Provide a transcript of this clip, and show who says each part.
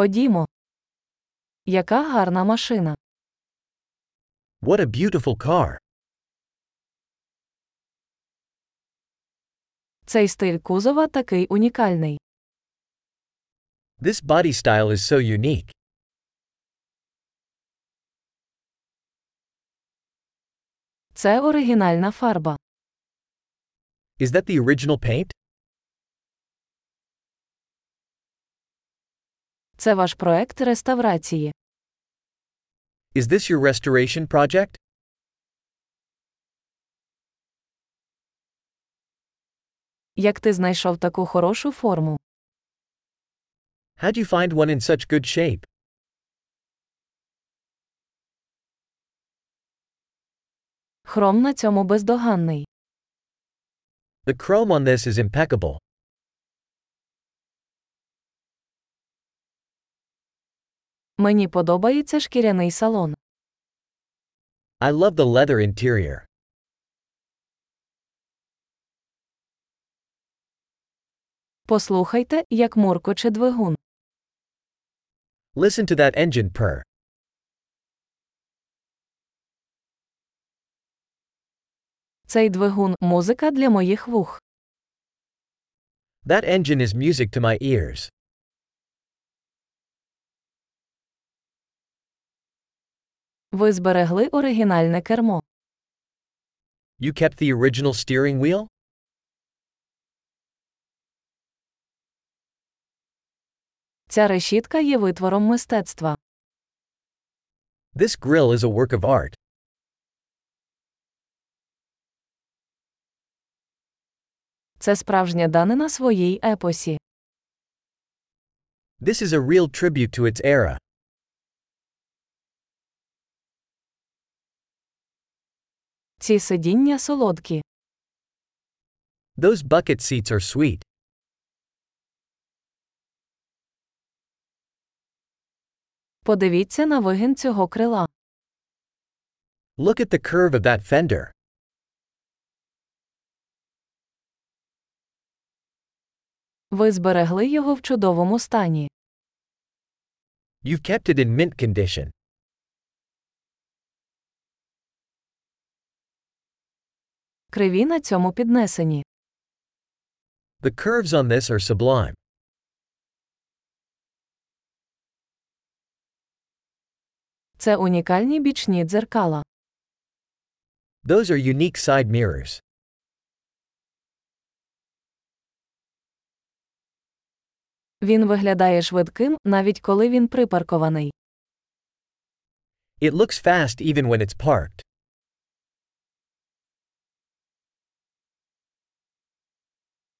Speaker 1: Ходімо. Яка гарна машина.
Speaker 2: What a beautiful car!
Speaker 1: Цей стиль кузова такий унікальний.
Speaker 2: This body style is so unique.
Speaker 1: Це оригінальна фарба.
Speaker 2: Is that the original paint?
Speaker 1: Це ваш проект реставрації.
Speaker 2: Is this your restoration project?
Speaker 1: Як ти знайшов таку хорошу форму?
Speaker 2: How'd you find one in such good shape?
Speaker 1: Хром на цьому бездоганний.
Speaker 2: The chrome on this is impeccable.
Speaker 1: Мені подобається шкіряний салон.
Speaker 2: I love the leather interior.
Speaker 1: Послухайте, як муркоче двигун.
Speaker 2: Listen to that engine purr.
Speaker 1: Цей двигун музика для моїх вух.
Speaker 2: That engine is music to my ears.
Speaker 1: Ви зберегли оригінальне кермо.
Speaker 2: You kept the original steering wheel?
Speaker 1: Ця решітка є витвором мистецтва.
Speaker 2: This grill is a work of art.
Speaker 1: Це справжня данина своїй епосі.
Speaker 2: This is a real tribute to its era.
Speaker 1: Ці сидіння солодкі.
Speaker 2: Those bucket seats are sweet.
Speaker 1: Подивіться на вигін цього крила.
Speaker 2: Look at the curve of that fender.
Speaker 1: Ви зберегли його в чудовому стані.
Speaker 2: You've kept it in mint condition.
Speaker 1: Криві на цьому піднесені.
Speaker 2: The curves on this are sublime.
Speaker 1: Це унікальні бічні дзеркала.
Speaker 2: Those are unique side mirrors.
Speaker 1: Він виглядає швидким, навіть коли він припаркований.
Speaker 2: It looks fast even when it's parked.